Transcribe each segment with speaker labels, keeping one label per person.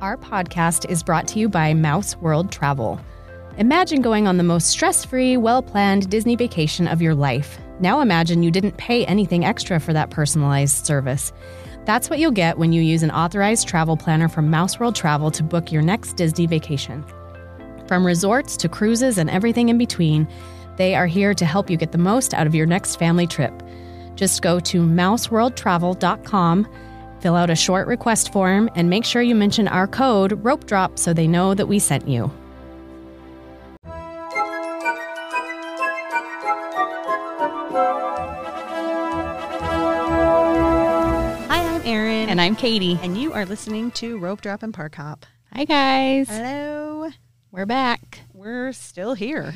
Speaker 1: Our podcast is brought to you by Mouse World Travel. Imagine going on the most stress free, well planned Disney vacation of your life. Now imagine you didn't pay anything extra for that personalized service. That's what you'll get when you use an authorized travel planner from Mouse World Travel to book your next Disney vacation. From resorts to cruises and everything in between, they are here to help you get the most out of your next family trip. Just go to mouseworldtravel.com Fill out a short request form and make sure you mention our code Rope Drop so they know that we sent you.
Speaker 2: Hi, I'm Erin.
Speaker 1: And I'm Katie.
Speaker 2: And you are listening to Rope Drop and Park Hop.
Speaker 1: Hi, guys.
Speaker 2: Hello.
Speaker 1: We're back.
Speaker 2: We're still here.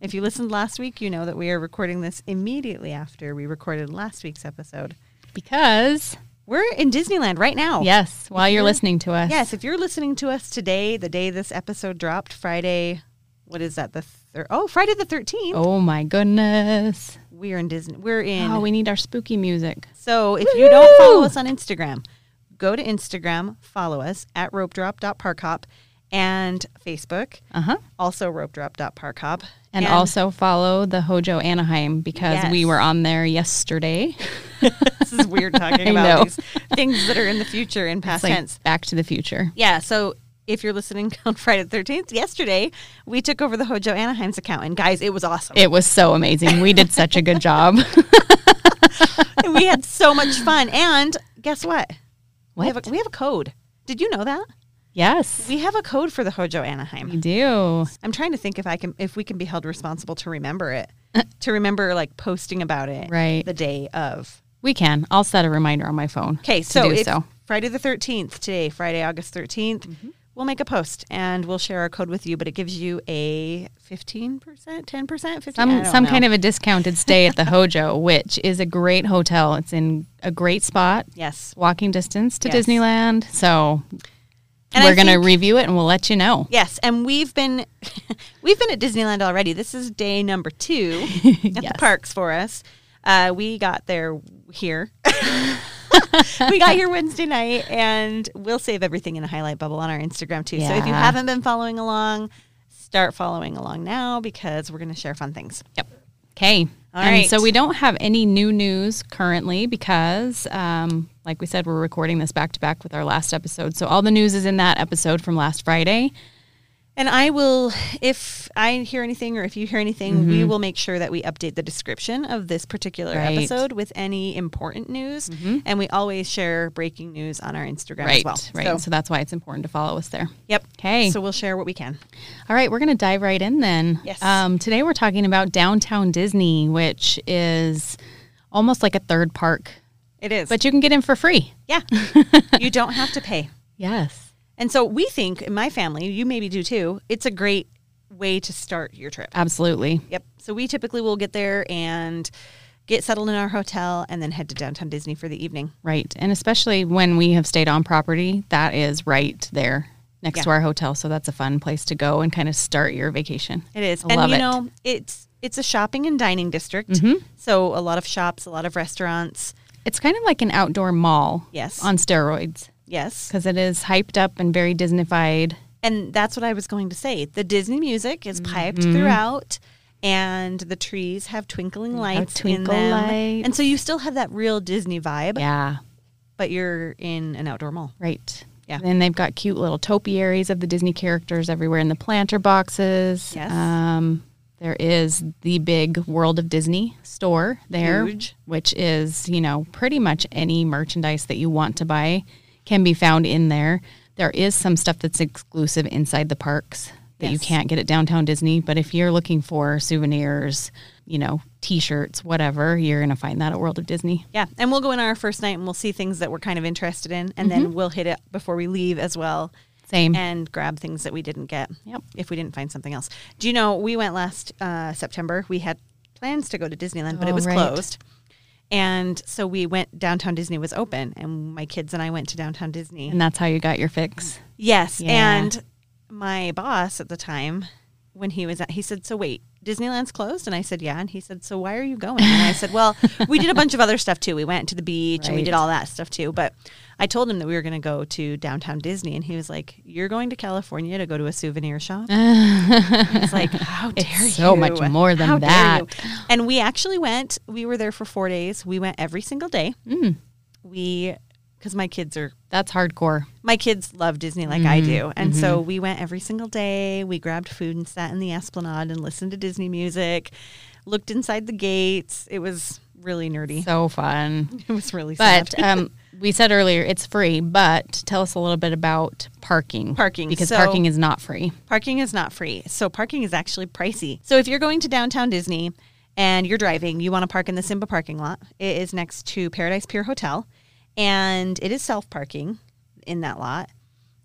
Speaker 2: if you listened last week, you know that we are recording this immediately after we recorded last week's episode.
Speaker 1: Because,
Speaker 2: We're in Disneyland right now.
Speaker 1: yes, while you're listening to us,
Speaker 2: Yes, if you're listening to us today, the day this episode dropped, Friday, what is that? The thir- Oh, Friday the 13th.
Speaker 1: oh my goodness.
Speaker 2: We're in Disney. We're in.
Speaker 1: Oh, we need our spooky music.
Speaker 2: So if you don't follow
Speaker 1: Woohoo!
Speaker 2: us on Instagram, go to Instagram, follow us at ropedrop.parkhop and Facebook,
Speaker 1: Uh huh.
Speaker 2: also ropedrop.parkhop.
Speaker 1: And, also follow the Hojo Anaheim because we
Speaker 2: Yes.
Speaker 1: were on there yesterday.
Speaker 2: this is weird talking
Speaker 1: I know.
Speaker 2: about these things that are in the future in past
Speaker 1: It's like
Speaker 2: tense.
Speaker 1: Back to the Future.
Speaker 2: Yeah, so if you're listening on Friday the 13th, yesterday we took over the Hojo Anaheim's account and guys, it was awesome.
Speaker 1: It was so amazing. We did such a good job.
Speaker 2: And we had so much fun and guess what? We have
Speaker 1: What?
Speaker 2: a, we have a code. Did you know that?
Speaker 1: Yes,
Speaker 2: We have a code for the Hojo Anaheim.
Speaker 1: we do.
Speaker 2: I'm trying to think if I can if we can be held responsible to remember it. to remember like posting about it
Speaker 1: Right.
Speaker 2: the day of.
Speaker 1: We can. I'll set a reminder on my phone.
Speaker 2: Okay,
Speaker 1: to
Speaker 2: so
Speaker 1: do
Speaker 2: it's
Speaker 1: so. Mm-hmm.
Speaker 2: Friday the 13th today, Friday August 13th. We'll make a post and we'll share our code with you, but it gives you a 15%, 10%, 15
Speaker 1: Some some kind of a discounted stay at the Hojo, which is a great hotel. It's in a great spot,
Speaker 2: Yes.
Speaker 1: walking distance to
Speaker 2: Yes.
Speaker 1: Disneyland. So
Speaker 2: And I
Speaker 1: we're gonna
Speaker 2: think-
Speaker 1: review it and we'll let you know.
Speaker 2: Yes, and we've been we've been at Disneyland already. This is day number 2 at the parks for us. Uh, we got there here we got here Wednesday night, and we'll save everything in a highlight bubble on our Instagram too. So if you
Speaker 1: Yeah.
Speaker 2: haven't been following along, start following along now because we're going to share fun things. Yep.
Speaker 1: Okay.
Speaker 2: All
Speaker 1: and
Speaker 2: right.
Speaker 1: So we don't have any new news currently because, um, like we said, we're recording this back to back with our last episode. So all the news is in that episode from last Friday.
Speaker 2: And I will, if I hear anything or if you hear anything, we will make sure that we update the description of this particular
Speaker 1: Mm-hmm. Right. Mm-hmm.
Speaker 2: episode with any important news. And we always share breaking news on our Instagram
Speaker 1: Right.
Speaker 2: as well.
Speaker 1: Right.
Speaker 2: So,
Speaker 1: so that's why it's important to follow us there.
Speaker 2: yep.
Speaker 1: 'Kay.
Speaker 2: So we'll share what we can.
Speaker 1: All right, we're going to dive right in then.
Speaker 2: Yes.
Speaker 1: Um, today we're talking about Downtown Disney, which is almost like a third park,
Speaker 2: It is.
Speaker 1: but you can get in for free.
Speaker 2: yeah, you don't have to pay.
Speaker 1: Yes.
Speaker 2: And so we think in my family, you maybe do too, it's a great way to start your trip.
Speaker 1: Absolutely.
Speaker 2: Yep. So we typically will get there and get settled in our hotel and then head to downtown Disney for the evening.
Speaker 1: Right. And especially when we have stayed on property, that is right there next
Speaker 2: Yeah.
Speaker 1: to our hotel. So that's a fun place to go and kind of start your vacation.
Speaker 2: It is.
Speaker 1: I
Speaker 2: and
Speaker 1: love
Speaker 2: you
Speaker 1: it. Mm-hmm.
Speaker 2: know, it's it's a shopping and dining district. So a lot of shops, a lot of restaurants.
Speaker 1: It's kind of like an outdoor mall.
Speaker 2: Yes.
Speaker 1: On steroids
Speaker 2: Yes.
Speaker 1: because it is hyped up and very Disneyfied.
Speaker 2: And that's what I was going to say. The Disney music is piped
Speaker 1: Mm-hmm.
Speaker 2: throughout and the trees have twinkling lights
Speaker 1: twinkle
Speaker 2: in them.
Speaker 1: lights.
Speaker 2: And so you still have that real Disney vibe,
Speaker 1: Yeah.
Speaker 2: but you're in an outdoor mall.
Speaker 1: Right.
Speaker 2: Yeah.
Speaker 1: Then they've got cute little topiaries of the Disney characters everywhere in the planter boxes.
Speaker 2: Yes.
Speaker 1: Um, there is the big World of Disney store there,
Speaker 2: Huge.
Speaker 1: which is, you know, pretty much any merchandise that you want to buy can be found in there. There is some stuff that's exclusive inside the parks that you
Speaker 2: Yes.
Speaker 1: can't get at downtown Disney. But if you're looking for souvenirs, you know, t shirts, whatever, you're going to find that at World of Disney.
Speaker 2: Yeah, and we'll go in on our first night and we'll see things that we're kind of interested in, and
Speaker 1: Mm-hmm.
Speaker 2: then we'll hit it before we leave as well,
Speaker 1: Same.
Speaker 2: and grab things that we didn't get.
Speaker 1: Yep.
Speaker 2: If we didn't find something else, do you know we went last uh, September? We had plans to go to Disneyland, but
Speaker 1: Oh,
Speaker 2: it was
Speaker 1: right.
Speaker 2: closed, and so we went downtown Disney was open, and my kids and I went to downtown Disney.
Speaker 1: and that's how you got your fix.
Speaker 2: Yes,
Speaker 1: Yeah.
Speaker 2: and my boss at the time, when he was at, he said, "So wait, Disneyland's closed?" And I said, "Yeah." And he said, "So why are you going?" And I said, "Well, we did a bunch of other stuff too. We went to the beach and we did
Speaker 1: Right.
Speaker 2: all that stuff too." But I told him that we were going to go to downtown Disney, and he was like, "You're going to California to go to a souvenir shop?" It's like, how dare you?
Speaker 1: so much more than
Speaker 2: How dare you?
Speaker 1: that.
Speaker 2: And we actually went. We were there for four days. We went every single day.
Speaker 1: Mm.
Speaker 2: We, because my kids are
Speaker 1: That's hardcore.
Speaker 2: my kids love Disney like I
Speaker 1: Mm-hmm,
Speaker 2: do. And so we went every single day. We grabbed food and sat in the esplanade and listened to Disney music, looked inside the gates. It was really nerdy.
Speaker 1: So fun.
Speaker 2: It was really sad.
Speaker 1: But um, we said earlier it's free, but tell us a little bit about parking.
Speaker 2: Parking.
Speaker 1: Because
Speaker 2: So-
Speaker 1: parking is not free.
Speaker 2: Parking is not free. So parking is actually pricey. So if you're going to downtown Disney and you're driving, you want to park in the Simba parking lot. It is next to Paradise Pier Hotel and it is self parking in that lot.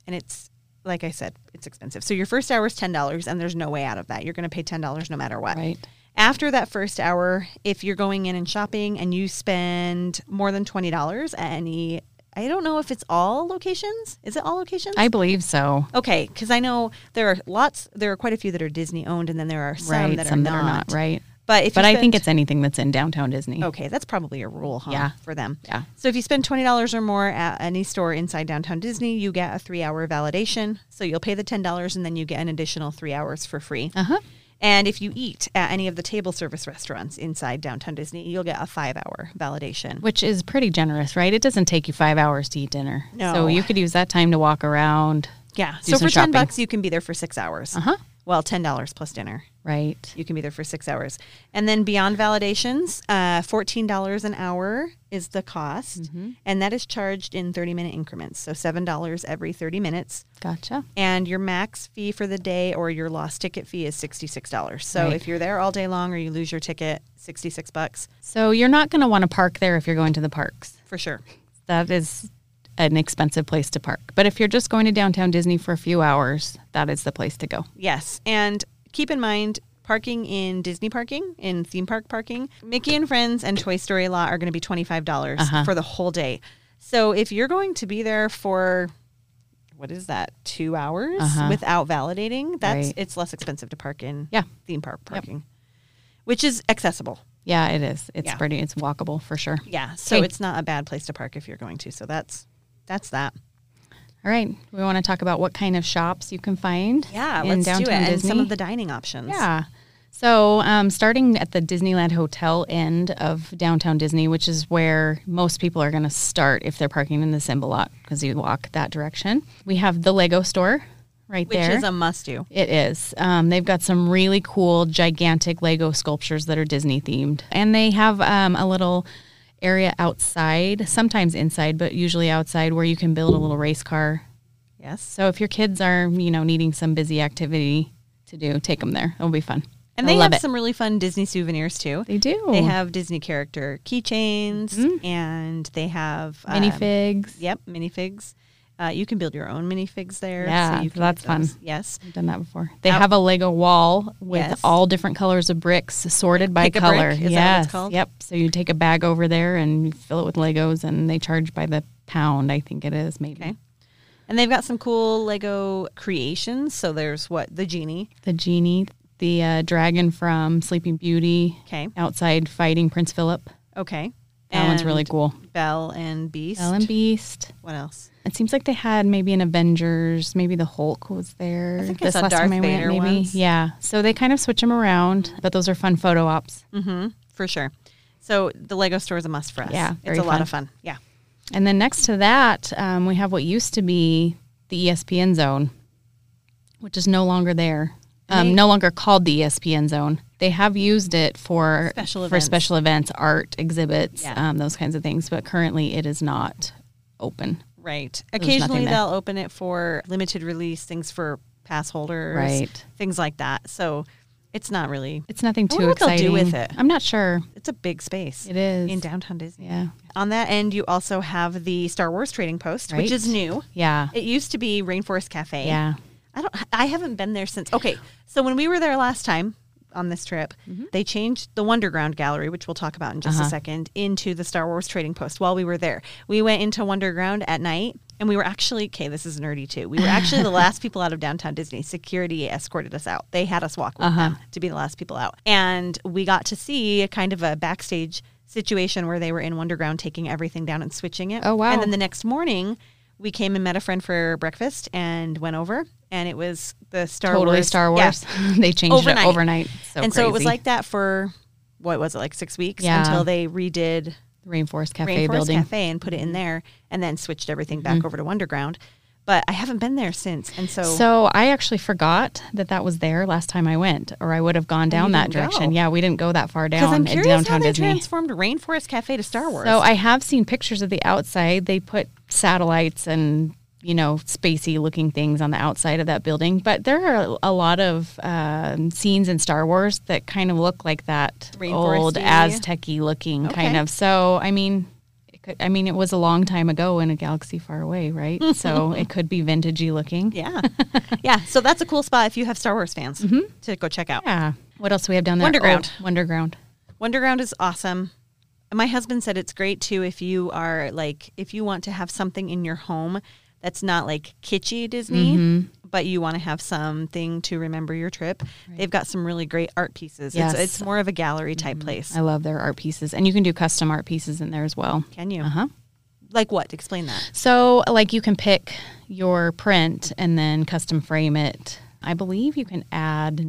Speaker 2: And it's like I said, it's expensive. So your first hour is $10 and there's no way out of that. You're going to pay $10 no matter what.
Speaker 1: Right.
Speaker 2: After that first hour, if you're going in and shopping and you spend more than $20 at any I don't know if it's all locations. Is it all locations?
Speaker 1: I believe so.
Speaker 2: Okay, because I know there are lots. There are quite a few that are Disney owned, and then there are some
Speaker 1: right.
Speaker 2: that,
Speaker 1: Some
Speaker 2: are,
Speaker 1: that
Speaker 2: not.
Speaker 1: are not, right?
Speaker 2: But if
Speaker 1: But
Speaker 2: you
Speaker 1: I
Speaker 2: spend-
Speaker 1: think it's anything that's in downtown Disney.
Speaker 2: okay. That's probably a rule, huh?
Speaker 1: Yeah.
Speaker 2: for them.
Speaker 1: Yeah.
Speaker 2: So if you spend twenty dollars or more at any store inside downtown Disney, you get a three-hour validation. So you'll pay the ten dollars, and then you get an additional three hours for free.
Speaker 1: Uh huh.
Speaker 2: And if you eat at any of the table service restaurants inside downtown Disney, you'll get a five-hour validation.
Speaker 1: Which is pretty generous, right? It doesn't take you five hours to eat dinner. So
Speaker 2: No.
Speaker 1: you could use that time to walk around.
Speaker 2: yeah.
Speaker 1: do
Speaker 2: So
Speaker 1: some
Speaker 2: for
Speaker 1: shopping.
Speaker 2: ten bucks, you can be there for six hours. Uh
Speaker 1: Uh-huh.
Speaker 2: Well, ten dollars plus dinner.
Speaker 1: Right.
Speaker 2: You can be there for six hours. And then beyond validations, uh, $14 an hour is the cost. And that is charged in 30 minute increments. So $7 every 30 minutes.
Speaker 1: Gotcha.
Speaker 2: And your max fee for the day or your lost ticket fee is $66. So
Speaker 1: Right.
Speaker 2: if you're there all day long or you lose your ticket, 66 bucks
Speaker 1: So you're not going to want to park there if you're going to the parks.
Speaker 2: for sure.
Speaker 1: That is an expensive place to park. But if you're just going to downtown Disney for a few hours, that is the place to go.
Speaker 2: Yes. And keep in mind, parking in Disney parking, in theme park parking, Mickey and Friends and Toy Story Lot are going to be $25 dollars for the whole day. So if you're going to be there for what is that? 2 hours without validating, that's
Speaker 1: Right.
Speaker 2: it's less expensive to park in
Speaker 1: Yeah.
Speaker 2: theme park parking. Which is accessible.
Speaker 1: Yeah, it is. It's
Speaker 2: Yeah.
Speaker 1: pretty, it's walkable for sure.
Speaker 2: Yeah. So
Speaker 1: Okay.
Speaker 2: it's not a bad place to park if you're going to. So that's that's that.
Speaker 1: All right. We want to talk about what kind of shops you can find.
Speaker 2: Yeah,
Speaker 1: in
Speaker 2: let's do
Speaker 1: downtown
Speaker 2: it. And some
Speaker 1: Disney.
Speaker 2: of the dining options.
Speaker 1: Yeah. So, um, starting at the Disneyland Hotel end of downtown Disney, which is where most people are going to start if they're parking in the Symbol lot because you walk that direction. We have the Lego store right
Speaker 2: Which
Speaker 1: there.
Speaker 2: is a must do.
Speaker 1: It is. Um, they've got some really cool, gigantic Lego sculptures that are Disney themed. And they have um, a little area outside, sometimes inside, but usually outside, where you can build a little race car.
Speaker 2: Yes.
Speaker 1: So if your kids are, you know, needing some busy activity to do, take them there. It'll be fun.
Speaker 2: And
Speaker 1: They'll
Speaker 2: they
Speaker 1: love
Speaker 2: have
Speaker 1: it.
Speaker 2: some really fun Disney souvenirs too.
Speaker 1: They do.
Speaker 2: They have Disney character keychains
Speaker 1: Mm-hmm.
Speaker 2: and they have um,
Speaker 1: minifigs.
Speaker 2: Yep, minifigs. Uh, you can build your own minifigs there.
Speaker 1: Yeah,
Speaker 2: you
Speaker 1: so that's
Speaker 2: get those.
Speaker 1: fun.
Speaker 2: Yes.
Speaker 1: I've done that before. They have a Lego wall with
Speaker 2: Yes.
Speaker 1: all different colors of bricks sorted by
Speaker 2: Pick a brick,
Speaker 1: color.
Speaker 2: is that what
Speaker 1: yes.
Speaker 2: it's called?
Speaker 1: Yep. So you take a bag over there and you fill it with Legos, and they charge by the pound. I think it is maybe
Speaker 2: Okay. And they've got some cool Lego creations. So there's what the genie.
Speaker 1: the genie, the uh, dragon from Sleeping Beauty,
Speaker 2: Okay.
Speaker 1: outside fighting Prince Philip.
Speaker 2: Okay.
Speaker 1: That one's really
Speaker 2: And
Speaker 1: cool.
Speaker 2: Belle and Beast.
Speaker 1: Belle and Beast.
Speaker 2: What else?
Speaker 1: It seems like they had maybe an Avengers, maybe the Hulk was there.
Speaker 2: think I saw Darth Vader once.
Speaker 1: Yeah. So they kind of switch them around, but those are fun photo ops.
Speaker 2: For sure. So the Lego store is a must for us.
Speaker 1: Yeah,
Speaker 2: It's
Speaker 1: very
Speaker 2: a
Speaker 1: fun.
Speaker 2: lot of fun. Yeah.
Speaker 1: And then next to that, um, we have what used to be the E ESPN zone, which is no longer there, um, no longer called the ESPN zone. They have used it for
Speaker 2: Special
Speaker 1: for
Speaker 2: events.
Speaker 1: special events, art exhibits,
Speaker 2: Yeah.
Speaker 1: um, those kinds of things. But currently, it is not open.
Speaker 2: Right.
Speaker 1: nothing
Speaker 2: Occasionally
Speaker 1: there.
Speaker 2: they'll open it for limited release things for pass holders,
Speaker 1: Right.
Speaker 2: Things like that. So it's not really.
Speaker 1: It's nothing
Speaker 2: I
Speaker 1: too
Speaker 2: wonder what they'll
Speaker 1: exciting.
Speaker 2: do with it.
Speaker 1: I'm not sure.
Speaker 2: It's a big space.
Speaker 1: It is.
Speaker 2: in downtown Disney.
Speaker 1: Yeah.
Speaker 2: On that end, you also have the Star Wars Trading Post,
Speaker 1: Right.
Speaker 2: which is new.
Speaker 1: Yeah.
Speaker 2: It used to be Rainforest Cafe.
Speaker 1: Yeah.
Speaker 2: I don't. I haven't been there since. Okay, so when we were there last time on this trip,
Speaker 1: Mm-hmm.
Speaker 2: they changed the Wonderground Gallery, which we'll talk about in
Speaker 1: Uh-huh.
Speaker 2: just a second, into the Star Wars Trading Post. While we were there, we went into Wonderground at night, and we were actually okay. This is nerdy too. We were actually the last people out of downtown Disney. Security escorted us out. They had us walk with
Speaker 1: Uh-huh.
Speaker 2: them to be the last people out, and we got to see a kind of a backstage situation where they were in Wonderground taking everything down and switching it.
Speaker 1: Oh, wow.
Speaker 2: And then the next morning we came and met a friend for breakfast and went over and it was the Star
Speaker 1: totally
Speaker 2: Wars.
Speaker 1: Star
Speaker 2: Yeah.
Speaker 1: Wars. they changed
Speaker 2: Overnight.
Speaker 1: it overnight. So
Speaker 2: and so it was
Speaker 1: crazy.
Speaker 2: like that for what was it like 6 weeks
Speaker 1: Yeah.
Speaker 2: until they redid
Speaker 1: the Rainforest Cafe
Speaker 2: Rainforest
Speaker 1: building. Mm-hmm.
Speaker 2: Cafe and put it in there and then switched everything back over to Wonderground. But I haven't been there since and so,
Speaker 1: So I actually forgot that that was there last time I went, or I would have gone down that
Speaker 2: didn't
Speaker 1: direction.
Speaker 2: go.
Speaker 1: Yeah, we didn't go that far
Speaker 2: cuz
Speaker 1: down
Speaker 2: I'm
Speaker 1: in
Speaker 2: curious how
Speaker 1: downtown
Speaker 2: they
Speaker 1: Disney.
Speaker 2: transformed Rainforest Cafe to Star Wars.
Speaker 1: So I have seen pictures of the outside. They put satellites and you know spacey looking things on the outside of that building, but there are a lot of um, scenes in Star Wars that kind of look like that old
Speaker 2: Rainforesty.
Speaker 1: Aztec-y looking kind
Speaker 2: Okay.
Speaker 1: of. So I mean. it could- I mean, it was a long time ago in a galaxy far away, right? so it could be vintagey looking.
Speaker 2: yeah. yeah, so that's a cool spot if you have Star Wars fans
Speaker 1: Mm-hmm.
Speaker 2: to go check out.
Speaker 1: Yeah. What else do we have down there?
Speaker 2: Wonderground.
Speaker 1: Oh, Wonderground.
Speaker 2: Wonderground is awesome. My husband said it's great too if you are like if you want to have something in your home that's not like kitschy Disney,
Speaker 1: Mm-hmm.
Speaker 2: but you want to have something to remember your trip. They've got some really great art pieces.
Speaker 1: Yes. Mm-hmm.
Speaker 2: It's, it's more of a gallery type place.
Speaker 1: I love their art pieces, and you can do custom art pieces in there as well.
Speaker 2: Can you?
Speaker 1: Uh huh.
Speaker 2: Like what? Explain that.
Speaker 1: So, like, you can pick your print and then custom frame it. I believe you can add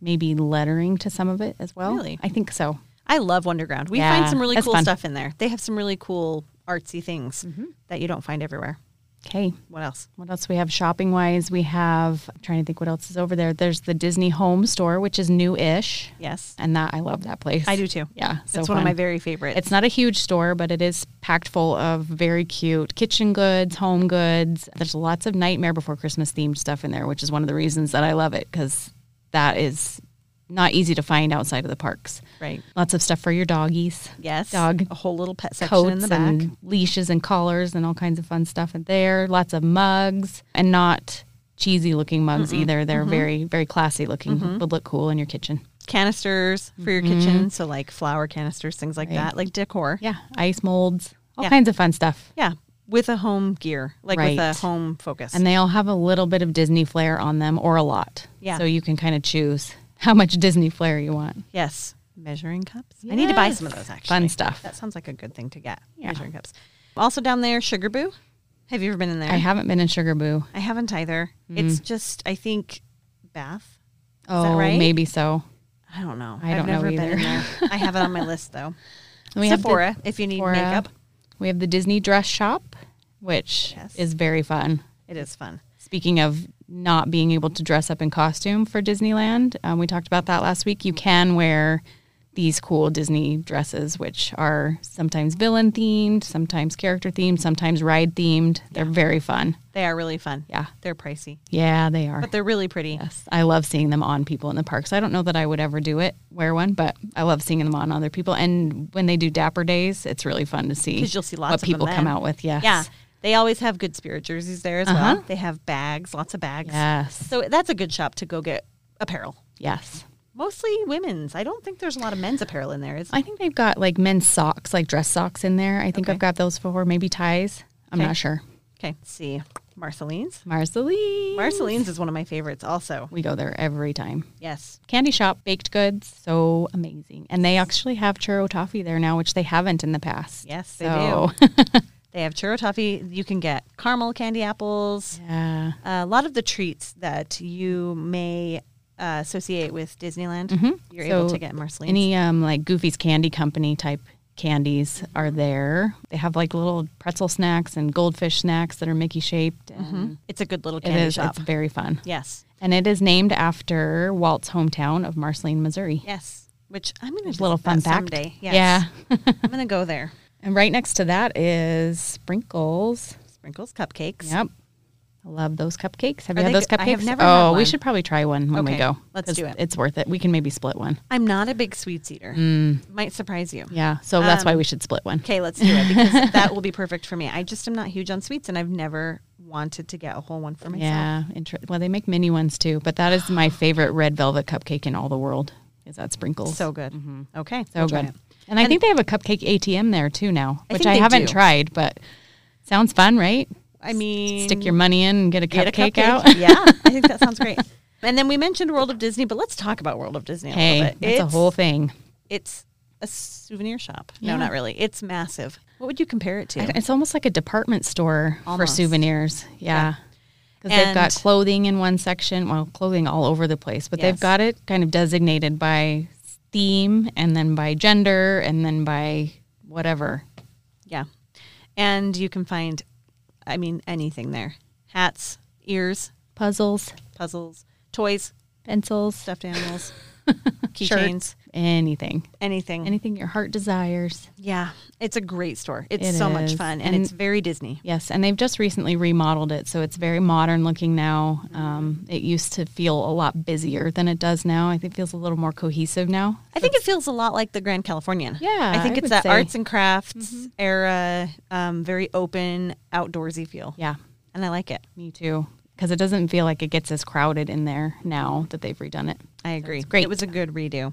Speaker 1: maybe lettering to some of it as well.
Speaker 2: Really?
Speaker 1: I think so.
Speaker 2: I love Wonderground. We
Speaker 1: Yeah,
Speaker 2: find some really
Speaker 1: that's
Speaker 2: cool
Speaker 1: fun. Mm-hmm.
Speaker 2: stuff in there. They have some really cool artsy things that you don't find everywhere.
Speaker 1: Okay.
Speaker 2: What else?
Speaker 1: What else we have shopping wise? We have, I'm trying to think what else is over there. There's the Disney Home Store, which is new ish.
Speaker 2: Yes.
Speaker 1: And that, I love that place.
Speaker 2: I do too.
Speaker 1: Yeah.
Speaker 2: It's
Speaker 1: so
Speaker 2: one of
Speaker 1: fun.
Speaker 2: my very favorites.
Speaker 1: It's not a huge store, but it is packed full of very cute kitchen goods, home goods. There's lots of Nightmare Before Christmas themed stuff in there, which is one of the reasons that I love it because that is not easy to find outside of the parks.
Speaker 2: right.
Speaker 1: Lots of stuff for your doggies.
Speaker 2: Yes.
Speaker 1: Dog
Speaker 2: A whole little pet section
Speaker 1: Coats
Speaker 2: in the back.
Speaker 1: and leashes and collars and all kinds of fun stuff in there. Lots of mugs and not cheesy looking mugs either. They're
Speaker 2: Mm-hmm.
Speaker 1: very, very classy looking, would look cool in your kitchen.
Speaker 2: canisters for your kitchen. So like flower canisters, things like that, like decor.
Speaker 1: Mm-hmm. Yeah, ice molds, all
Speaker 2: Yeah.
Speaker 1: kinds of fun stuff.
Speaker 2: Yeah, with a home gear, like with
Speaker 1: Right.
Speaker 2: a home focus.
Speaker 1: And they all have a little bit of Disney flair on them or a lot.
Speaker 2: Yeah.
Speaker 1: So you can kind of choose how much Disney flair you want.
Speaker 2: yes, measuring cups. I need to buy some of those actually.
Speaker 1: Fun stuff.
Speaker 2: That sounds like a good thing to get.
Speaker 1: Yeah.
Speaker 2: Measuring cups. Also down there, Sugar Boo. Have you ever been in there?
Speaker 1: I Mm. haven't been in Sugar Boo.
Speaker 2: I haven't either. It's just I think Bath.
Speaker 1: Oh,
Speaker 2: right?
Speaker 1: maybe so.
Speaker 2: I don't know.
Speaker 1: I
Speaker 2: I've
Speaker 1: don't know
Speaker 2: never been
Speaker 1: either.
Speaker 2: in there. I have it on my list though.
Speaker 1: And we have the-
Speaker 2: Sephora, if you need
Speaker 1: Sephora.
Speaker 2: makeup,
Speaker 1: We have the Disney dress shop, which
Speaker 2: Yes.
Speaker 1: is very fun.
Speaker 2: it is fun.
Speaker 1: Speaking of not being able to dress up in costume for Disneyland, um, we talked about that last week. You can wear these cool Disney dresses, which are sometimes villain themed, sometimes character themed, sometimes ride themed. They're very fun.
Speaker 2: They are really fun.
Speaker 1: Yeah.
Speaker 2: they're pricey,
Speaker 1: Yeah, they are.
Speaker 2: but they're really pretty.
Speaker 1: Yes, I love seeing them on people in the parks. I don't know that I would ever do it, wear one, but I love seeing them on other people. And when they do Dapper Days, it's really fun to see
Speaker 2: 'Cause you'll see lots
Speaker 1: what
Speaker 2: of them
Speaker 1: people come
Speaker 2: then.
Speaker 1: out with. Yes, Uh-huh.
Speaker 2: Yeah. They always have good spirit jerseys there as well. They have bags, lots of bags.
Speaker 1: yes,
Speaker 2: So that's a good shop to go get apparel.
Speaker 1: yes.
Speaker 2: Mostly women's. I don't think there's a lot of men's apparel in there. Is
Speaker 1: I think they've got like men's socks, like dress socks, in there. I think I've got those for maybe ties. I'm
Speaker 2: Okay.
Speaker 1: not sure.
Speaker 2: okay. Let's see, Marceline's.
Speaker 1: Marceline,
Speaker 2: Marceline's is one of my favorites. Also,
Speaker 1: we go there every time.
Speaker 2: yes,
Speaker 1: Candy shop, baked goods, so amazing. And they actually have churro toffee there now, which they haven't in the past.
Speaker 2: yes, they
Speaker 1: so,
Speaker 2: do. they have churro toffee. You can get caramel candy apples. Uh,
Speaker 1: yeah.
Speaker 2: A lot of the treats that you may uh, associate with Disneyland, you're able
Speaker 1: Mm-hmm. So
Speaker 2: to get Marceline's.
Speaker 1: Any um, like Goofy's Candy Company type candies are there. They have like little pretzel snacks and goldfish snacks that are Mickey shaped. And
Speaker 2: it's a good little
Speaker 1: it
Speaker 2: Mm-hmm. candy
Speaker 1: is-
Speaker 2: shop.
Speaker 1: It's very fun.
Speaker 2: yes,
Speaker 1: And it is named after Walt's hometown of Marceline, Missouri.
Speaker 2: yes. Which I'm gonna
Speaker 1: Little
Speaker 2: visit that
Speaker 1: fun fact.
Speaker 2: someday. Yes.
Speaker 1: Yeah.
Speaker 2: I'm gonna go there.
Speaker 1: and right next to that is Sprinkles.
Speaker 2: Sprinkles cupcakes.
Speaker 1: Yep. I Love those cupcakes. Have
Speaker 2: Are
Speaker 1: you had
Speaker 2: they
Speaker 1: those
Speaker 2: good?
Speaker 1: cupcakes?
Speaker 2: I have never
Speaker 1: oh,
Speaker 2: had
Speaker 1: we
Speaker 2: one.
Speaker 1: should probably try one when we
Speaker 2: Okay,
Speaker 1: go.
Speaker 2: let's
Speaker 1: 'cause
Speaker 2: do it.
Speaker 1: It's worth it. We can maybe split one.
Speaker 2: I'm not a big sweets eater. Might surprise you.
Speaker 1: Mm. Yeah. So that's
Speaker 2: Um,
Speaker 1: why we should split one.
Speaker 2: Okay, let's do it because that will be perfect for me. I just am not huge on sweets, and I've never wanted to get a whole one for myself.
Speaker 1: Yeah. Inter- well, they make mini ones too, but that is my favorite red velvet cupcake in all the world. Is that sprinkles?
Speaker 2: So good. Okay,
Speaker 1: Mm-hmm. so
Speaker 2: we'll
Speaker 1: good.
Speaker 2: try
Speaker 1: And,
Speaker 2: it.
Speaker 1: I think they have a cupcake ATM there too now,
Speaker 2: I
Speaker 1: which
Speaker 2: think
Speaker 1: I
Speaker 2: they
Speaker 1: haven't
Speaker 2: do.
Speaker 1: tried, but sounds fun, right?
Speaker 2: I mean,
Speaker 1: Stick your money in and get a
Speaker 2: get a
Speaker 1: cupcake, out.
Speaker 2: cupcake. yeah, I think that sounds great. And then we mentioned World of Disney, but let's talk about World of Disney a
Speaker 1: hey,
Speaker 2: little bit.
Speaker 1: that's a whole thing.
Speaker 2: It's a souvenir shop.
Speaker 1: Yeah.
Speaker 2: No, not really. It's massive. What would you compare it to?
Speaker 1: It's almost like a department store for
Speaker 2: Almost.
Speaker 1: souvenirs. Yeah. Because they've got
Speaker 2: And-
Speaker 1: clothing in one section, well, clothing all over the place, but they've
Speaker 2: Yes.
Speaker 1: got it kind of designated by theme and then by gender and then by whatever.
Speaker 2: Yeah. And you can find, I mean, anything there hats, ears,
Speaker 1: Puzzles,
Speaker 2: puzzles, toys,
Speaker 1: pencils,
Speaker 2: stuffed animals,
Speaker 1: shirts,
Speaker 2: keychains,
Speaker 1: anything.
Speaker 2: anything.
Speaker 1: Anything your heart desires.
Speaker 2: yeah. It's a great store. It's
Speaker 1: It
Speaker 2: so much
Speaker 1: is.
Speaker 2: fun. And,
Speaker 1: And-
Speaker 2: it's very Disney.
Speaker 1: Yes, and they've just recently remodeled it, so it's very modern looking now. Um, it used to feel a lot busier than it does now. I think it feels a little more cohesive now.
Speaker 2: I think it feels a lot like the Grand Californian.
Speaker 1: Yeah,
Speaker 2: I think
Speaker 1: I
Speaker 2: it's
Speaker 1: would
Speaker 2: that
Speaker 1: say. Mm-hmm.
Speaker 2: arts and crafts era, um, very open, outdoorsy feel.
Speaker 1: Yeah,
Speaker 2: And I like it.
Speaker 1: me too. Because it doesn't feel like it gets as crowded in there now that they've redone it.
Speaker 2: I agree.
Speaker 1: great. Mm-hmm.
Speaker 2: It was a good redo.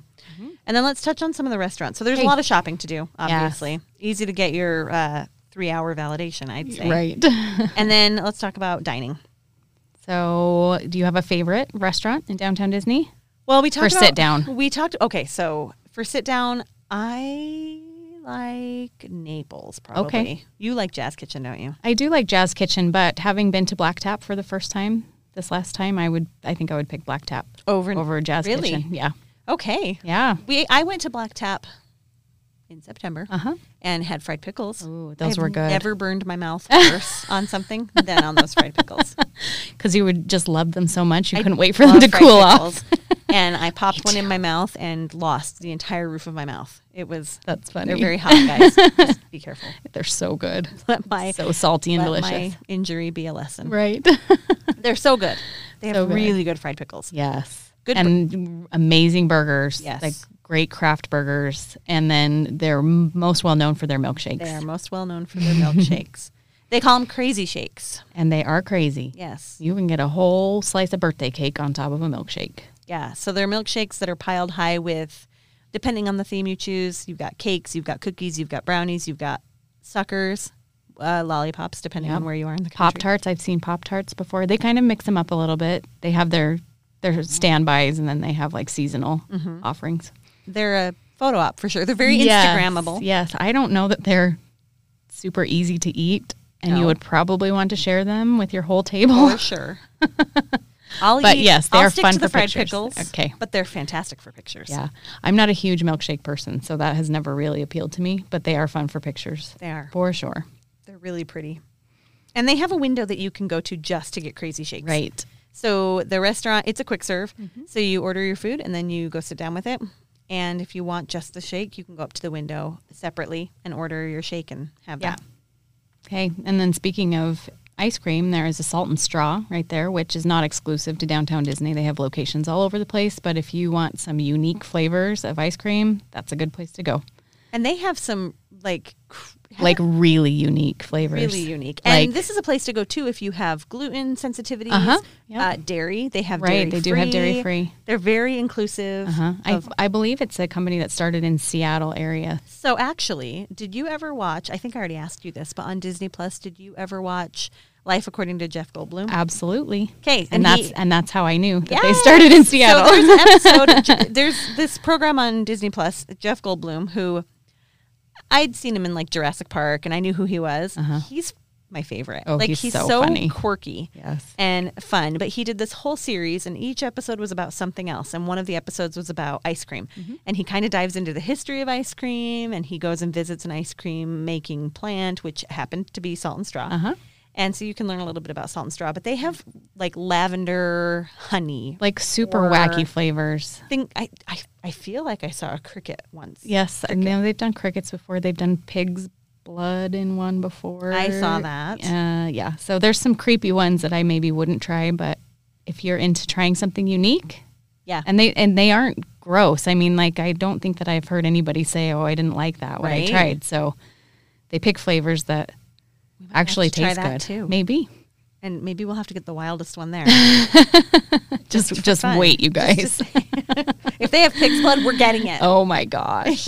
Speaker 2: And then let's touch on some of the restaurants. So there's a lot of shopping to do, obviously. Easy to get your uh, three hour validation, I'd say.
Speaker 1: Right.
Speaker 2: And then let's talk about dining.
Speaker 1: so, do you have a favorite restaurant in downtown Disney?
Speaker 2: Well, we talked
Speaker 1: For
Speaker 2: about-
Speaker 1: sit-down.
Speaker 2: We talked okay. So for sit down, I like Naples probably. You like Jazz Kitchen, don't you?
Speaker 1: I do like Jazz Kitchen, but having been to Black Tap for the first time this last time, I would I think I would pick Black Tap
Speaker 2: Over
Speaker 1: over Jazz
Speaker 2: Really?
Speaker 1: Kitchen. Yeah.
Speaker 2: Okay.
Speaker 1: Yeah.
Speaker 2: We I went to Black Tap in September
Speaker 1: Uh-huh.
Speaker 2: and had fried pickles.
Speaker 1: Ooh, those
Speaker 2: I've
Speaker 1: were good.
Speaker 2: Never burned my mouth worse on something than on those fried pickles.
Speaker 1: because you would just love them so much you couldn't wait for
Speaker 2: Love
Speaker 1: them to
Speaker 2: fried
Speaker 1: cool off.
Speaker 2: pickles. and I popped one in my mouth and lost the entire roof of my mouth. It was
Speaker 1: That's
Speaker 2: they're
Speaker 1: funny.
Speaker 2: very hot, guys. Just be careful.
Speaker 1: They're so good,
Speaker 2: Let my
Speaker 1: so salty and
Speaker 2: let
Speaker 1: delicious.
Speaker 2: my injury be a lesson.
Speaker 1: Right?
Speaker 2: They're so good. They have
Speaker 1: So good.
Speaker 2: really good fried pickles.
Speaker 1: yes.
Speaker 2: Good
Speaker 1: and amazing burgers.
Speaker 2: Yes.
Speaker 1: Like great craft burgers, and then they're m- most well known for their milkshakes,
Speaker 2: They are most well known for their milkshakes. They call them crazy shakes.
Speaker 1: and they are crazy.
Speaker 2: Yes.
Speaker 1: You can get a whole slice of birthday cake on top of a milkshake.
Speaker 2: Yeah. So they're milkshakes that are piled high with, depending on the theme you choose, you've got cakes, you've got cookies, you've got brownies, you've got suckers, uh, lollipops, depending on where you are in the
Speaker 1: Pop
Speaker 2: country.
Speaker 1: tarts. I've seen pop tarts before. They kind of mix them up a little bit. They have their
Speaker 2: Mm-hmm.
Speaker 1: their standbys, and then they have like seasonal offerings.
Speaker 2: They're a photo op for sure. They're Mm-hmm. very
Speaker 1: Yes,
Speaker 2: Instagrammable.
Speaker 1: Yes, I don't know that they're super easy to eat, and you
Speaker 2: No.
Speaker 1: would probably want to share them with your whole table.
Speaker 2: For sure. I'll
Speaker 1: Oh. But
Speaker 2: eat,
Speaker 1: yes, they
Speaker 2: I'll
Speaker 1: are
Speaker 2: stick
Speaker 1: fun
Speaker 2: to the
Speaker 1: for
Speaker 2: fried
Speaker 1: pictures.
Speaker 2: pickles.
Speaker 1: Okay.
Speaker 2: But they're fantastic for pictures.
Speaker 1: yeah, I'm not a huge milkshake person, so that has never really appealed to me. But they are fun for pictures,
Speaker 2: They are.
Speaker 1: for sure.
Speaker 2: They're really pretty. And they have a window that you can go to just to get crazy shakes.
Speaker 1: Right. Mm-hmm.
Speaker 2: So the restaurant, it's a quick serve. So you order your food and then you go sit down with it. And if you want just the shake, you can go up to the window separately and order your shake and have
Speaker 1: Yeah.
Speaker 2: that.
Speaker 1: Okay, and then speaking of ice cream, there is a Salt and Straw right there, which is not exclusive to downtown Disney. They have locations all over the place, but if you want some unique flavors of ice cream, that's a good place to go.
Speaker 2: And they have some like cr-
Speaker 1: Like really unique flavors.
Speaker 2: really unique.
Speaker 1: Like-
Speaker 2: and this is a place to go too if you have gluten sensitivities,
Speaker 1: Uh-huh.
Speaker 2: uh
Speaker 1: Yep.
Speaker 2: dairy. They have
Speaker 1: Right,
Speaker 2: Dairy
Speaker 1: they do have dairy-free.
Speaker 2: They're very inclusive.
Speaker 1: Uh-huh. I, I believe it's a company that started in Seattle area.
Speaker 2: So actually, did you ever watch? I think I already asked you this, but on Disney Plus, did you ever watch Life According to Jeff Goldblum?
Speaker 1: Absolutely.
Speaker 2: 'Kay,
Speaker 1: and,
Speaker 2: and
Speaker 1: that's
Speaker 2: he-
Speaker 1: and that's how I knew that Uh, they started in Seattle.
Speaker 2: So there's an episode. there's this program on Disney Plus. Jeff Goldblum, who I'd seen him in like Jurassic Park, and I knew who he was. He's my favorite.
Speaker 1: Uh-huh. Oh,
Speaker 2: like
Speaker 1: he's
Speaker 2: he's,
Speaker 1: so
Speaker 2: so,
Speaker 1: funny.
Speaker 2: quirky.
Speaker 1: Yes.
Speaker 2: And fun, but he did this whole series, and each episode was about something else. And one of the episodes was about ice cream,
Speaker 1: Mm-hmm.
Speaker 2: and he kind of dives into the history of ice cream, and he goes and visits an ice cream making plant, which happened to be Salt and Straw.
Speaker 1: Uh-huh.
Speaker 2: And so you can learn a little bit about Salt and Straw, but they have like lavender honey,
Speaker 1: like super
Speaker 2: Or-
Speaker 1: wacky flavors.
Speaker 2: think I, I I feel like I saw a cricket once.
Speaker 1: Yes, I know they've done crickets before. They've done pigs blood in one before.
Speaker 2: I saw that.
Speaker 1: Uh, yeah. So there's some creepy ones that I maybe wouldn't try, but if you're into trying something unique,
Speaker 2: Yeah.
Speaker 1: and they and they aren't gross. I mean, like I don't think that I've heard anybody say, "Oh, I didn't like that when
Speaker 2: Right.
Speaker 1: I tried." So they pick flavors that actually
Speaker 2: to try
Speaker 1: taste
Speaker 2: that
Speaker 1: good.
Speaker 2: too.
Speaker 1: Maybe
Speaker 2: And maybe we'll have to get the wildest one there.
Speaker 1: just just,
Speaker 2: fun.
Speaker 1: wait, you guys.
Speaker 2: if they have pig's blood, we're getting it.
Speaker 1: oh my gosh,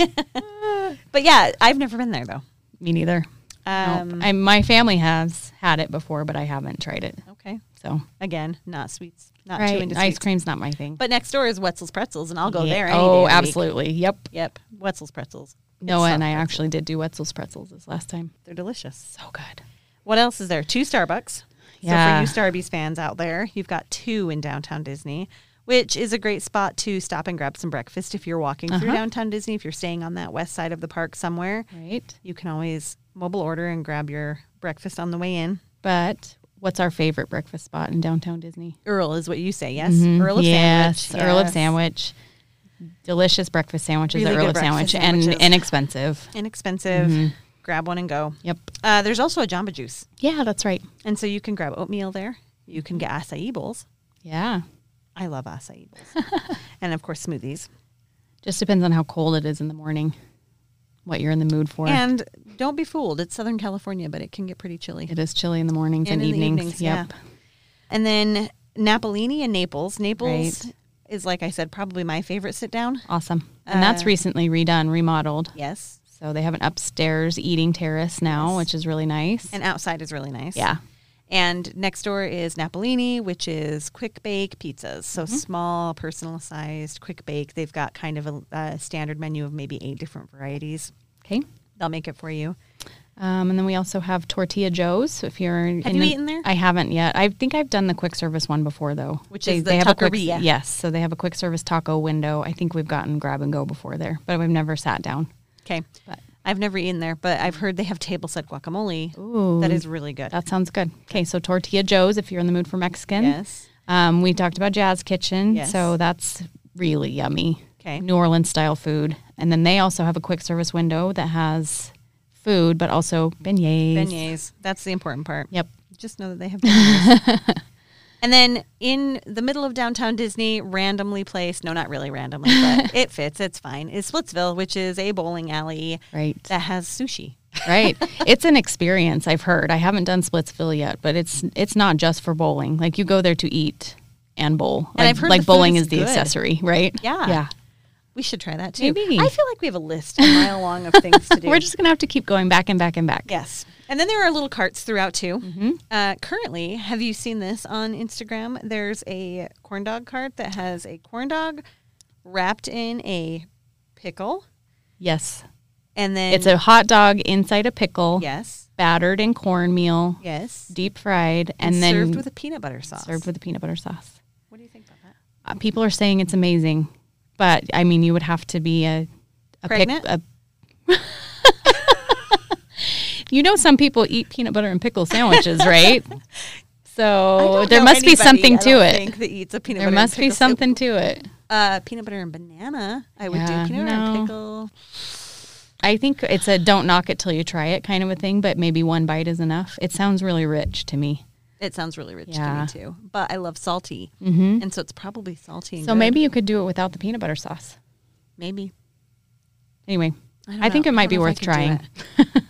Speaker 2: But yeah, I've never been there though.
Speaker 1: me neither.
Speaker 2: Um,
Speaker 1: Nope. I, my family has had it before, but I haven't tried it.
Speaker 2: Okay.
Speaker 1: So
Speaker 2: Again, not sweets. Not too
Speaker 1: right,
Speaker 2: into
Speaker 1: ice
Speaker 2: sweets.
Speaker 1: cream's not my thing.
Speaker 2: But next door is Wetzel's Pretzels, and I'll go
Speaker 1: Yeah.
Speaker 2: there. Any day of
Speaker 1: Oh,
Speaker 2: the week.
Speaker 1: absolutely. Yep.
Speaker 2: Yep. Wetzel's Pretzels.
Speaker 1: Noah
Speaker 2: It's
Speaker 1: and
Speaker 2: soft.
Speaker 1: I actually did do Wetzel's pretzels this last time.
Speaker 2: They're delicious.
Speaker 1: So good.
Speaker 2: What else is there? Two Starbucks.
Speaker 1: Yeah.
Speaker 2: So for you Starbucks fans out there, you've got two in downtown Disney, which is a great spot to stop and grab some breakfast if you're walking through downtown Disney. If you're staying on that west side of the park somewhere,
Speaker 1: Uh-huh. Right.
Speaker 2: you can always mobile order and grab your breakfast on the way in.
Speaker 1: But what's our favorite breakfast spot in downtown Disney?
Speaker 2: Earl is what you say, yes? Mm, Earl of
Speaker 1: Mm-hmm. yes,
Speaker 2: Sandwich.
Speaker 1: Earl of
Speaker 2: Yes.
Speaker 1: Sandwich. Delicious breakfast sandwiches
Speaker 2: Really
Speaker 1: at Earl
Speaker 2: good
Speaker 1: of Sandwich
Speaker 2: breakfast
Speaker 1: and
Speaker 2: sandwiches.
Speaker 1: inexpensive.
Speaker 2: Inexpensive. Grab one and go.
Speaker 1: Mm-hmm. Yep.
Speaker 2: Uh, there's also a Jamba Juice.
Speaker 1: Yeah, that's right.
Speaker 2: And so you can grab oatmeal there. You can get acai bowls.
Speaker 1: Yeah.
Speaker 2: I love acai bowls. and of course, smoothies.
Speaker 1: Just depends on how cold it is in the morning, what you're in the mood for.
Speaker 2: And don't be fooled. It's Southern California, but it can get pretty chilly.
Speaker 1: it is chilly in the mornings and,
Speaker 2: And in the
Speaker 1: evenings.
Speaker 2: evenings,
Speaker 1: Yep.
Speaker 2: yeah. And then Napolini and Naples. Naples
Speaker 1: Right.
Speaker 2: is, like I said, probably my favorite sit down.
Speaker 1: Awesome. And that's recently redone, remodeled.
Speaker 2: Uh, Yes.
Speaker 1: So they have an upstairs eating terrace now, which is really nice.
Speaker 2: And outside is really nice.
Speaker 1: yeah.
Speaker 2: And next door is Napolini, which is quick bake pizzas. So
Speaker 1: Mm-hmm.
Speaker 2: small, personal sized, quick bake. They've got kind of a, a standard menu of maybe eight different varieties.
Speaker 1: Okay.
Speaker 2: They'll make it for you.
Speaker 1: Um, and then we also have Tortilla Joe's. So if you're
Speaker 2: Have
Speaker 1: in
Speaker 2: you
Speaker 1: the-
Speaker 2: eaten there?
Speaker 1: I haven't yet. I think I've done the quick service one before though,
Speaker 2: Which is the
Speaker 1: have a quick,
Speaker 2: taqueria.
Speaker 1: Yes, so they have a quick service taco window. I think we've gotten grab and go before there, but we've never sat down.
Speaker 2: Okay.
Speaker 1: But-
Speaker 2: I've never eaten there, but I've heard they have table set guacamole.
Speaker 1: Ooh.
Speaker 2: That is really good.
Speaker 1: That sounds good. Okay, so Tortilla Joe's. If you're in the mood for Mexican,
Speaker 2: Yes.
Speaker 1: Um, we talked about Jazz Kitchen,
Speaker 2: Yes.
Speaker 1: so that's really yummy.
Speaker 2: 'Kay.
Speaker 1: New Orleans style food, and then they also have a quick service window that has food, but also beignets.
Speaker 2: Beignets. That's the important part.
Speaker 1: Yep.
Speaker 2: Just know that they have beignets. and then in the middle of downtown Disney, randomly placed, no, not really randomly, but it fits, it's fine, is Splitsville, which is a bowling alley
Speaker 1: Right.
Speaker 2: that has sushi.
Speaker 1: right it's an experience i've heard i haven't done splitsville yet but it's it's not just for bowling like you go there to eat and bowl like,
Speaker 2: I've heard
Speaker 1: like
Speaker 2: the food
Speaker 1: bowling
Speaker 2: is
Speaker 1: is the
Speaker 2: good.
Speaker 1: accessory right
Speaker 2: Yeah.
Speaker 1: yeah
Speaker 2: We should try that too.
Speaker 1: Maybe.
Speaker 2: I feel like we have a list a mile long of things to do.
Speaker 1: we're just gonna have to keep going back and back and back
Speaker 2: Yes. And then there are little carts throughout too.
Speaker 1: Mm-hmm.
Speaker 2: Uh, currently, have you seen this on Instagram? There's a corn dog cart that has a corn dog wrapped in a pickle,
Speaker 1: yes
Speaker 2: and then
Speaker 1: it's a hot dog inside a pickle
Speaker 2: yes,
Speaker 1: battered in cornmeal
Speaker 2: yes,
Speaker 1: deep fried and, then
Speaker 2: served with a peanut butter sauce.
Speaker 1: served with a peanut butter sauce
Speaker 2: what do you think about that?
Speaker 1: uh, people are saying it's amazing but i mean you would have to be a, a pick-
Speaker 2: Pregnant?
Speaker 1: a you know some people eat peanut butter and pickle sandwiches right so there must be something to it
Speaker 2: that eats a peanut
Speaker 1: there must be something to it
Speaker 2: Uh, peanut butter and banana. I would
Speaker 1: Yeah,
Speaker 2: do peanut butter
Speaker 1: no.
Speaker 2: and pickle.
Speaker 1: i think it's a don't knock it till you try it kind of a thing but maybe one bite is enough it sounds really rich to me
Speaker 2: It sounds really rich
Speaker 1: Yeah.
Speaker 2: to me too, but I love salty, mm-hmm. and so it's probably salty. And
Speaker 1: so
Speaker 2: good.
Speaker 1: maybe you could do it without the peanut butter sauce
Speaker 2: maybe
Speaker 1: anyway
Speaker 2: I
Speaker 1: i,
Speaker 2: don't
Speaker 1: think
Speaker 2: know.
Speaker 1: it might
Speaker 2: I
Speaker 1: be
Speaker 2: don't know if I
Speaker 1: worth
Speaker 2: could do
Speaker 1: trying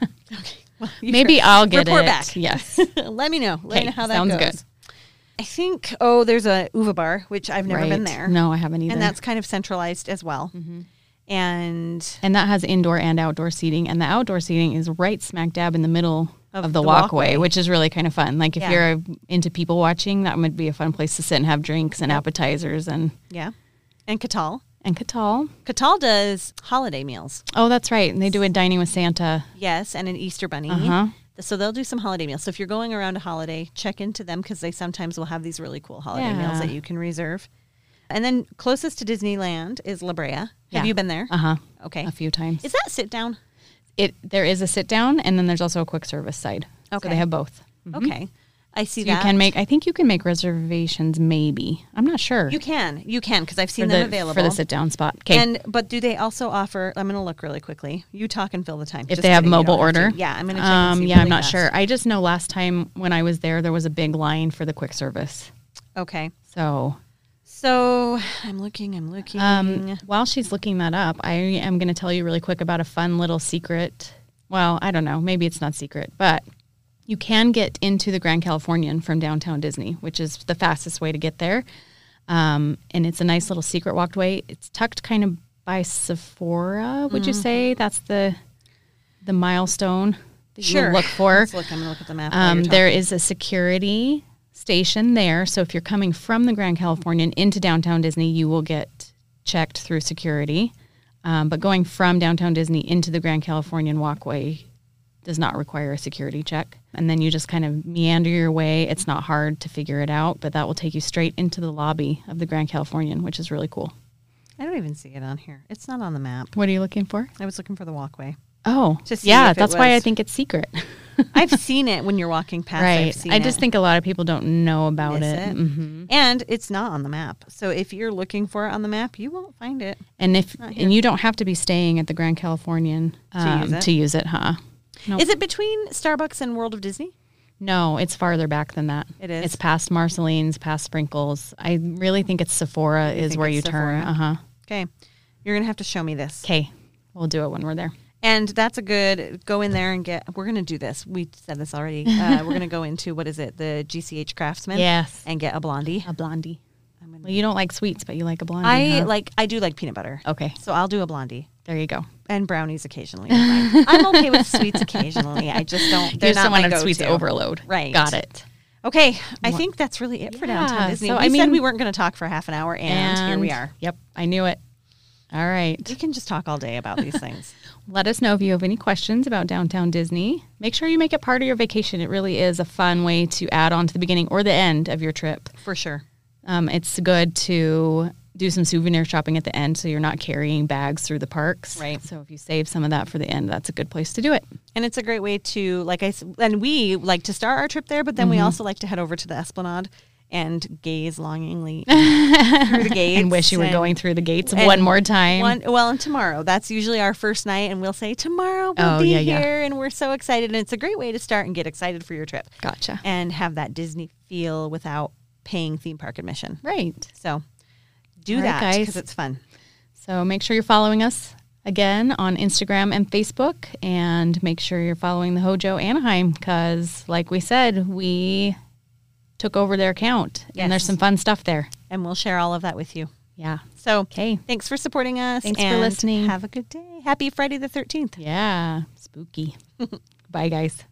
Speaker 2: it. You
Speaker 1: maybe i'll get
Speaker 2: Report
Speaker 1: it
Speaker 2: back.
Speaker 1: yes
Speaker 2: Let me know. Let me
Speaker 1: Okay,
Speaker 2: know how that
Speaker 1: sounds
Speaker 2: goes.
Speaker 1: good.
Speaker 2: I think oh, there's a Uva bar, which I've never been
Speaker 1: Right.
Speaker 2: there.
Speaker 1: no i haven't either Mm-hmm.
Speaker 2: And that's kind of centralized as well. And
Speaker 1: And that has indoor and outdoor seating. And the outdoor seating is right smack dab in the middle
Speaker 2: Of
Speaker 1: of,
Speaker 2: the
Speaker 1: the, walkway,
Speaker 2: walkway.
Speaker 1: which is really kind of fun. Like if
Speaker 2: Yeah.
Speaker 1: you're into people watching, that would be a fun place to sit and have drinks and appetizers and
Speaker 2: yeah. And Catal.
Speaker 1: and Catal.
Speaker 2: Catal does holiday meals.
Speaker 1: Oh, that's right. And they do a dining with Santa.
Speaker 2: Yes, and an Easter bunny.
Speaker 1: Uh-huh.
Speaker 2: So they'll do some holiday meals. So if you're going around a holiday, check into them because they sometimes will have these really cool holiday meals
Speaker 1: Yeah.
Speaker 2: that you can reserve. And then closest to Disneyland is La Brea. Have
Speaker 1: Yeah.
Speaker 2: you been there?
Speaker 1: Uh huh.
Speaker 2: Okay.
Speaker 1: A few times.
Speaker 2: Is that sit down?
Speaker 1: it there is a sit down and then there's also a quick service side. So
Speaker 2: Okay.
Speaker 1: they have both.
Speaker 2: Okay. I see
Speaker 1: Mm-hmm. You
Speaker 2: that.
Speaker 1: can make. I think you can make reservations. Maybe I'm not sure.
Speaker 2: You can. You can because I've
Speaker 1: for
Speaker 2: seen
Speaker 1: the
Speaker 2: them available.
Speaker 1: for the sit down spot. 'Kay.
Speaker 2: And but do they also offer? I'm going to look really quickly. You talk and fill the time.
Speaker 1: if
Speaker 2: Just
Speaker 1: they have
Speaker 2: kidding, you
Speaker 1: mobile
Speaker 2: don't to.
Speaker 1: order.
Speaker 2: Yeah, I'm going to check. and
Speaker 1: Um,
Speaker 2: see
Speaker 1: yeah, I'm
Speaker 2: really
Speaker 1: not
Speaker 2: fast.
Speaker 1: sure. I just know last time when I was there, there was a big line for the quick service.
Speaker 2: Okay,
Speaker 1: So
Speaker 2: so I'm looking. I'm looking.
Speaker 1: um, while she's looking that up, I am going to tell you really quick about a fun little secret. Well, I don't know. Maybe it's not secret, but you can get into the Grand Californian from downtown Disney, which is the fastest way to get there. Um, and it's a nice little secret walkway. It's tucked kind of by Sephora. Would you say that's the the milestone that
Speaker 2: sure.
Speaker 1: you look for?
Speaker 2: Let's look. I'm going to look at the map. while
Speaker 1: Um,
Speaker 2: you're
Speaker 1: there is a security station there. So if you're coming from the Grand Californian into downtown Disney, you will get checked through security. Um, but going from downtown Disney into the Grand Californian walkway does not require a security check. And then you just kind of meander your way. It's not hard to figure it out, but that will take you straight into the lobby of the Grand Californian, which is really cool.
Speaker 2: talking. I don't even see it on here. It's not on the map.
Speaker 1: What are you looking for?
Speaker 2: I was looking for the walkway.
Speaker 1: Oh,
Speaker 2: To see
Speaker 1: yeah,
Speaker 2: if it
Speaker 1: that's why I
Speaker 2: was-
Speaker 1: think it's secret.
Speaker 2: I've seen it when you're walking past. I've
Speaker 1: right.
Speaker 2: seen
Speaker 1: I just
Speaker 2: it.
Speaker 1: think a lot of people don't know about
Speaker 2: Miss
Speaker 1: it.
Speaker 2: it.
Speaker 1: Mhm.
Speaker 2: and it's not on the map. So if you're looking for it on the map, you won't find it.
Speaker 1: And if
Speaker 2: Not here.
Speaker 1: and you don't have to be staying at the Grand Californian
Speaker 2: To use
Speaker 1: um,
Speaker 2: it?
Speaker 1: to use it, huh? Nope.
Speaker 2: Is it between Starbucks and World of Disney?
Speaker 1: No, it's farther back than that.
Speaker 2: It is?
Speaker 1: It's past Marceline's, past Sprinkles. I really think it's Sephora is
Speaker 2: think
Speaker 1: where
Speaker 2: it's
Speaker 1: you turn.
Speaker 2: Sephora?
Speaker 1: Uh huh.
Speaker 2: Okay, you're gonna have to show me this.
Speaker 1: Okay, we'll do it when we're there.
Speaker 2: And that's a good go in there and get. We're going to do this. We said this already. Uh, we're going to go into what is it? The GCH Craftsman.
Speaker 1: Yes.
Speaker 2: And get a blondie.
Speaker 1: A blondie.
Speaker 2: I'm gonna-
Speaker 1: Well, you don't like sweets, but you like a blondie.
Speaker 2: I
Speaker 1: huh?
Speaker 2: like. I do like peanut butter.
Speaker 1: Okay,
Speaker 2: So I'll do a blondie
Speaker 1: there you go.
Speaker 2: and brownies occasionally. are fine. I'm okay with sweets occasionally. I just don't. They're
Speaker 1: You're
Speaker 2: not
Speaker 1: someone
Speaker 2: my
Speaker 1: of
Speaker 2: go-to.
Speaker 1: sweets overload.
Speaker 2: Right.
Speaker 1: Got it.
Speaker 2: Okay. I think that's really it for downtown
Speaker 1: Yeah,
Speaker 2: Disney.
Speaker 1: so
Speaker 2: we
Speaker 1: I
Speaker 2: said
Speaker 1: mean-
Speaker 2: we weren't going to talk for half an hour, and, here we are.
Speaker 1: Yep, I knew it. All right.
Speaker 2: We can just talk all day about these things.
Speaker 1: Let us know if you have any questions about downtown Disney. Make sure you make it part of your vacation. It really is a fun way to add on to the beginning or the end of your trip.
Speaker 2: For sure.
Speaker 1: Um, it's good to do some souvenir shopping at the end so you're not carrying bags through the parks.
Speaker 2: Right.
Speaker 1: So if you save some of that for the end, that's a good place to do it.
Speaker 2: And it's a great way to, like I s- and we like to start our trip there, but then
Speaker 1: Mm-hmm.
Speaker 2: we also like to head over to the Esplanade and gaze longingly through the gates.
Speaker 1: And wish you were
Speaker 2: and-
Speaker 1: going through the gates
Speaker 2: and
Speaker 1: one more time.
Speaker 2: One, well, and tomorrow. That's usually our first night, and we'll say, tomorrow we'll
Speaker 1: Oh,
Speaker 2: be
Speaker 1: yeah, yeah.
Speaker 2: here, and we're so excited. And it's a great way to start and get excited for your trip
Speaker 1: Gotcha.
Speaker 2: and have that Disney feel without paying theme park admission.
Speaker 1: Right.
Speaker 2: So do
Speaker 1: All right,
Speaker 2: that
Speaker 1: guys.
Speaker 2: because it's fun.
Speaker 1: So make sure you're following us again on Instagram and Facebook, and make sure you're following the Hojo Anaheim because, like we said, we took over their account,
Speaker 2: Yes.
Speaker 1: and there's some fun stuff there.
Speaker 2: And we'll share all of that with you.
Speaker 1: Yeah.
Speaker 2: So
Speaker 1: Okay.
Speaker 2: thanks for supporting us.
Speaker 1: Thanks for
Speaker 2: and
Speaker 1: listening.
Speaker 2: Have a good day. Happy Friday the 13th.
Speaker 1: Yeah. Spooky. Bye, guys.